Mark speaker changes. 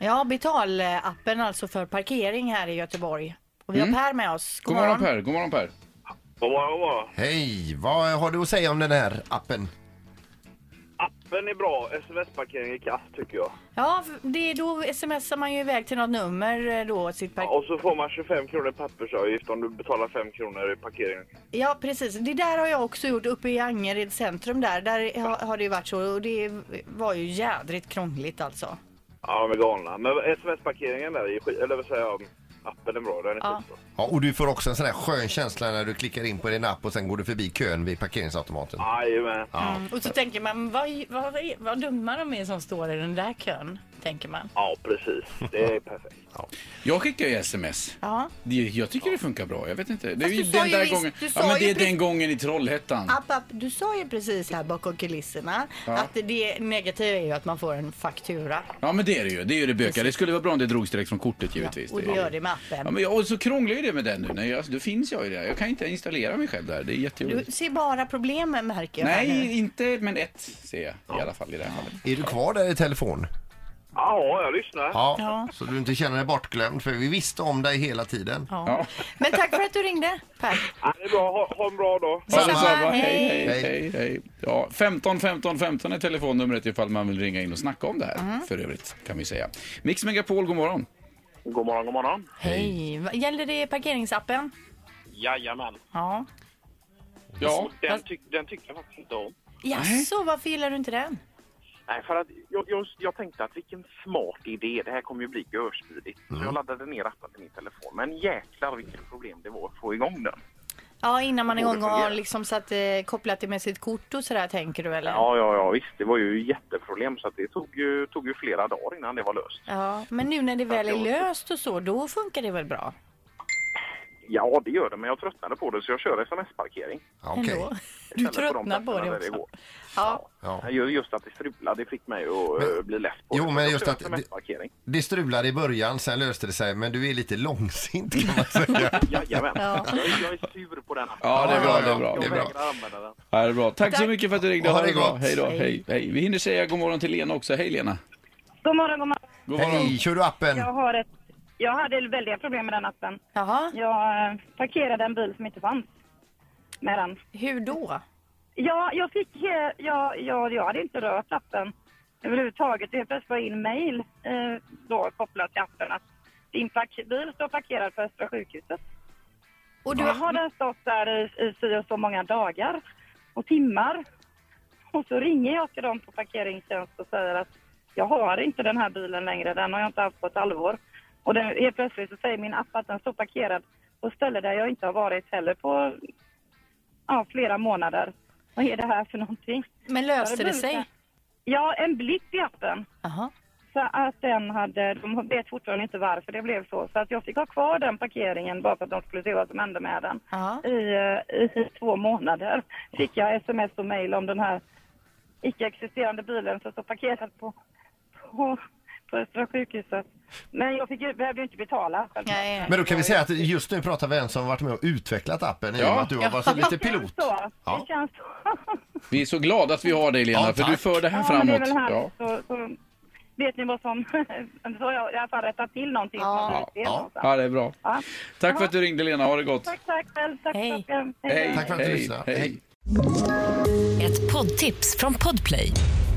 Speaker 1: Ja, betalappen alltså för parkering här i Göteborg. Och vi har Per med oss.
Speaker 2: Mm. God morgon Per, god morgon Per.
Speaker 3: God morgon, god morgon.
Speaker 4: Hej, vad har du att säga om den här appen?
Speaker 3: Appen är bra. Sms-parkering är kass tycker jag.
Speaker 1: Ja, f- det är då smsar man ju iväg till något nummer eh, då. Sitt park-
Speaker 3: Och så får man 25 kronor i pappersavgift om du betalar 5 kronor i parkering.
Speaker 1: Ja, precis. Det där har jag också gjort uppe i Angered centrum där. Där har, har det ju varit så och det var ju jädrigt krångligt alltså.
Speaker 3: Ja, de är galna. Men sms-parkeringen där är ju skit... Eller vad säger jag? Appen är bra. Den är
Speaker 1: Ja.
Speaker 3: skitbra.
Speaker 4: Ja, och du får också en sån här skön känsla när du klickar in på din app och sen går du förbi kön vid parkeringsautomaten.
Speaker 3: Jajamän.
Speaker 1: Mm. Och så tänker man, vad, vad, vad dumma de är som står i den där kön, tänker man.
Speaker 3: Ja, precis. Det är perfekt.
Speaker 2: Jag skickar ju sms.
Speaker 1: Ja.
Speaker 2: Det, jag tycker det funkar bra, jag vet inte. Det är
Speaker 1: Fast
Speaker 2: ju
Speaker 1: du sa
Speaker 2: den
Speaker 1: ju
Speaker 2: där
Speaker 1: visst-
Speaker 2: gången.
Speaker 1: du sa
Speaker 2: Ja men
Speaker 1: ju
Speaker 2: det är
Speaker 1: precis-
Speaker 2: den gången i Trollhättan.
Speaker 1: App, app, du sa ju precis här bakom kulisserna
Speaker 2: Ja.
Speaker 1: att det negativa är ju att man får en faktura.
Speaker 2: Ja men det är det ju, det är ju det bökiga. Det skulle vara bra om det drogs direkt från kortet givetvis.
Speaker 1: och det
Speaker 2: är-
Speaker 1: gör det med
Speaker 2: Ja,
Speaker 1: appen.
Speaker 2: men jag, och så krånglar ju det med den nu. Nej, alltså, då finns jag ju där. Jag kan inte installera mig själv där. Det är
Speaker 1: Du
Speaker 2: jättejobbigt.
Speaker 1: ser bara problemen märker jag. här nu.
Speaker 2: Nej, inte, men ett ser jag i alla fall i det här fallet.
Speaker 4: Är du kvar där i telefon?
Speaker 3: Ja, jag lyssnar.
Speaker 4: Ja,
Speaker 1: Ja.
Speaker 4: så du inte känner dig bortglömd för vi visste om dig hela tiden.
Speaker 1: Ja.
Speaker 2: Ja.
Speaker 1: Men tack för att du ringde Per.
Speaker 3: Ja, det är bra. Ha, ha en bra dag.
Speaker 2: Ja,
Speaker 1: Detsamma.
Speaker 2: detsamma.
Speaker 1: Hej.
Speaker 2: Hej, hej, hej, hej. Ja, 15 15 15 är telefonnumret ifall man vill ringa in och snacka om det här.
Speaker 1: Mm.
Speaker 2: För övrigt kan vi säga. Mix Megapol, god morgon.
Speaker 3: God morgon, god morgon.
Speaker 1: Hej. Va- Gäller det parkeringsappen?
Speaker 3: Jajamän.
Speaker 1: Ja.
Speaker 2: Ja,
Speaker 3: Den, tyck, den tyckte jag faktiskt inte om.
Speaker 1: Jaså, varför gillar du inte den?
Speaker 3: Nej, för att jag, jag, jag tänkte att vilken smart idé. Det här kommer ju bli görspydigt.
Speaker 4: Mm.
Speaker 3: Så jag laddade ner appen till min telefon. Men jäklar vilket problem det var att få igång
Speaker 4: Mm.
Speaker 3: den.
Speaker 1: Ja, innan man är
Speaker 3: Borde
Speaker 1: igång och har
Speaker 3: fungera.
Speaker 1: liksom satt, eh, kopplat det med sitt kort och sådär tänker du eller?
Speaker 3: Ja, ja, ja visst. Det var ju jätteproblem så att det tog ju, tog ju flera dagar innan det var löst.
Speaker 1: Ja, men nu när det väl är löst och så, då funkar det väl bra?
Speaker 3: Ja, det gör det, men jag tröttnade på det så jag kör sms-parkering.
Speaker 4: Ja, Okej.
Speaker 1: Ändå. Du
Speaker 3: Istället för de
Speaker 1: tröttnar på
Speaker 3: platserna
Speaker 1: det
Speaker 3: där
Speaker 1: också.
Speaker 3: går.
Speaker 1: Ja.
Speaker 4: Ja.
Speaker 3: Ju- Just att det strulade, det fick mig att eh, bli less på
Speaker 4: Jo,
Speaker 3: det.
Speaker 4: men
Speaker 3: Jag
Speaker 4: just
Speaker 3: kör
Speaker 4: att det-
Speaker 3: sms-parkering.
Speaker 4: Det strulade i början, sen löste det sig, men du är lite långsint kan man säga.
Speaker 3: Jajamän.
Speaker 1: Ja.
Speaker 3: Jag, är- jag är sur på den appen.
Speaker 2: Ja, det är bra,
Speaker 4: Ja,
Speaker 2: det är bra.
Speaker 3: Jag
Speaker 2: Det är bra.
Speaker 3: vägrar använda den.
Speaker 2: Ja, det är bra. Tack så
Speaker 1: Tack.
Speaker 2: mycket för att du ringde.
Speaker 4: Ha det
Speaker 2: bra.
Speaker 4: gott.
Speaker 2: Hej då.
Speaker 1: Hej.
Speaker 2: Hej. Hej. Vi hinner säga god morgon till Lena också. Hej Lena.
Speaker 5: God morgon, god morgon.
Speaker 2: God morgon.
Speaker 4: Hej, kör du appen?
Speaker 5: Jag, har ett, jag hade väldiga problem med den appen.
Speaker 1: Jaha,
Speaker 5: Jag eh, parkerade en bil som inte fanns med den.
Speaker 1: hur då?
Speaker 5: Ja, jag fick... eh, Ja, ja, jag hade inte rört appen överhuvudtaget. Helt plötsligt var det in mejl eh, då kopplat till appen att din park- bil står parkerad på Östra sjukhuset.
Speaker 1: Och
Speaker 5: Du
Speaker 1: du,
Speaker 5: har den stått där i, i si och så många dagar och timmar. Och så ringer jag till dem på parkeringstjänst och säger att jag har inte den här bilen längre. Den har jag inte haft på ett halvår. Och den, helt plötsligt så säger min app att den står parkerad på ställe där jag inte har varit heller på ja, flera månader. Vad är det här för någonting?
Speaker 1: men löste det sig?
Speaker 5: Ja, en blipp i appen.
Speaker 1: Jaha.
Speaker 5: Så att den hade, de vet fortfarande inte varför det blev så. Så att jag fick ha kvar den parkeringen bara för att de skulle se vad som hände med den.
Speaker 1: Ja.
Speaker 5: I, eh, I två månader fick jag sms och mejl om den här icke-existerande bilen som står parkerad på, på, på Östra sjukhuset. Men jag fick, ju- behövde ju inte betala.
Speaker 1: Nej.
Speaker 4: Men då kan vi säga att just nu pratar vi en som varit med och utvecklat appen i och
Speaker 2: Ja.
Speaker 4: med att du har varit lite pilot.
Speaker 5: Det känns så.
Speaker 4: Ja.
Speaker 5: Det känns så.
Speaker 2: Vi är så glada att vi har dig Lena,
Speaker 4: Ja,
Speaker 2: för
Speaker 4: tack.
Speaker 2: du för det här
Speaker 5: Ja, men det är
Speaker 2: framåt.
Speaker 5: väl här,
Speaker 2: Ja.
Speaker 5: så, så vet ni vad som... så har jag i alla fall rättat till någonting.
Speaker 1: Ja.
Speaker 5: som blivit fel
Speaker 4: Ja.
Speaker 5: någonstans.
Speaker 2: ja, det är bra.
Speaker 5: Ja.
Speaker 2: Tack för att du ringde Lena. Ha det gott.
Speaker 5: Tack, tack själv. Tack,
Speaker 1: Hej.
Speaker 5: tack, tack.
Speaker 2: Hej.
Speaker 4: Tack för att du
Speaker 2: Hej.
Speaker 4: lyssnade.
Speaker 2: Hej.
Speaker 6: Ett poddtips från Podplay.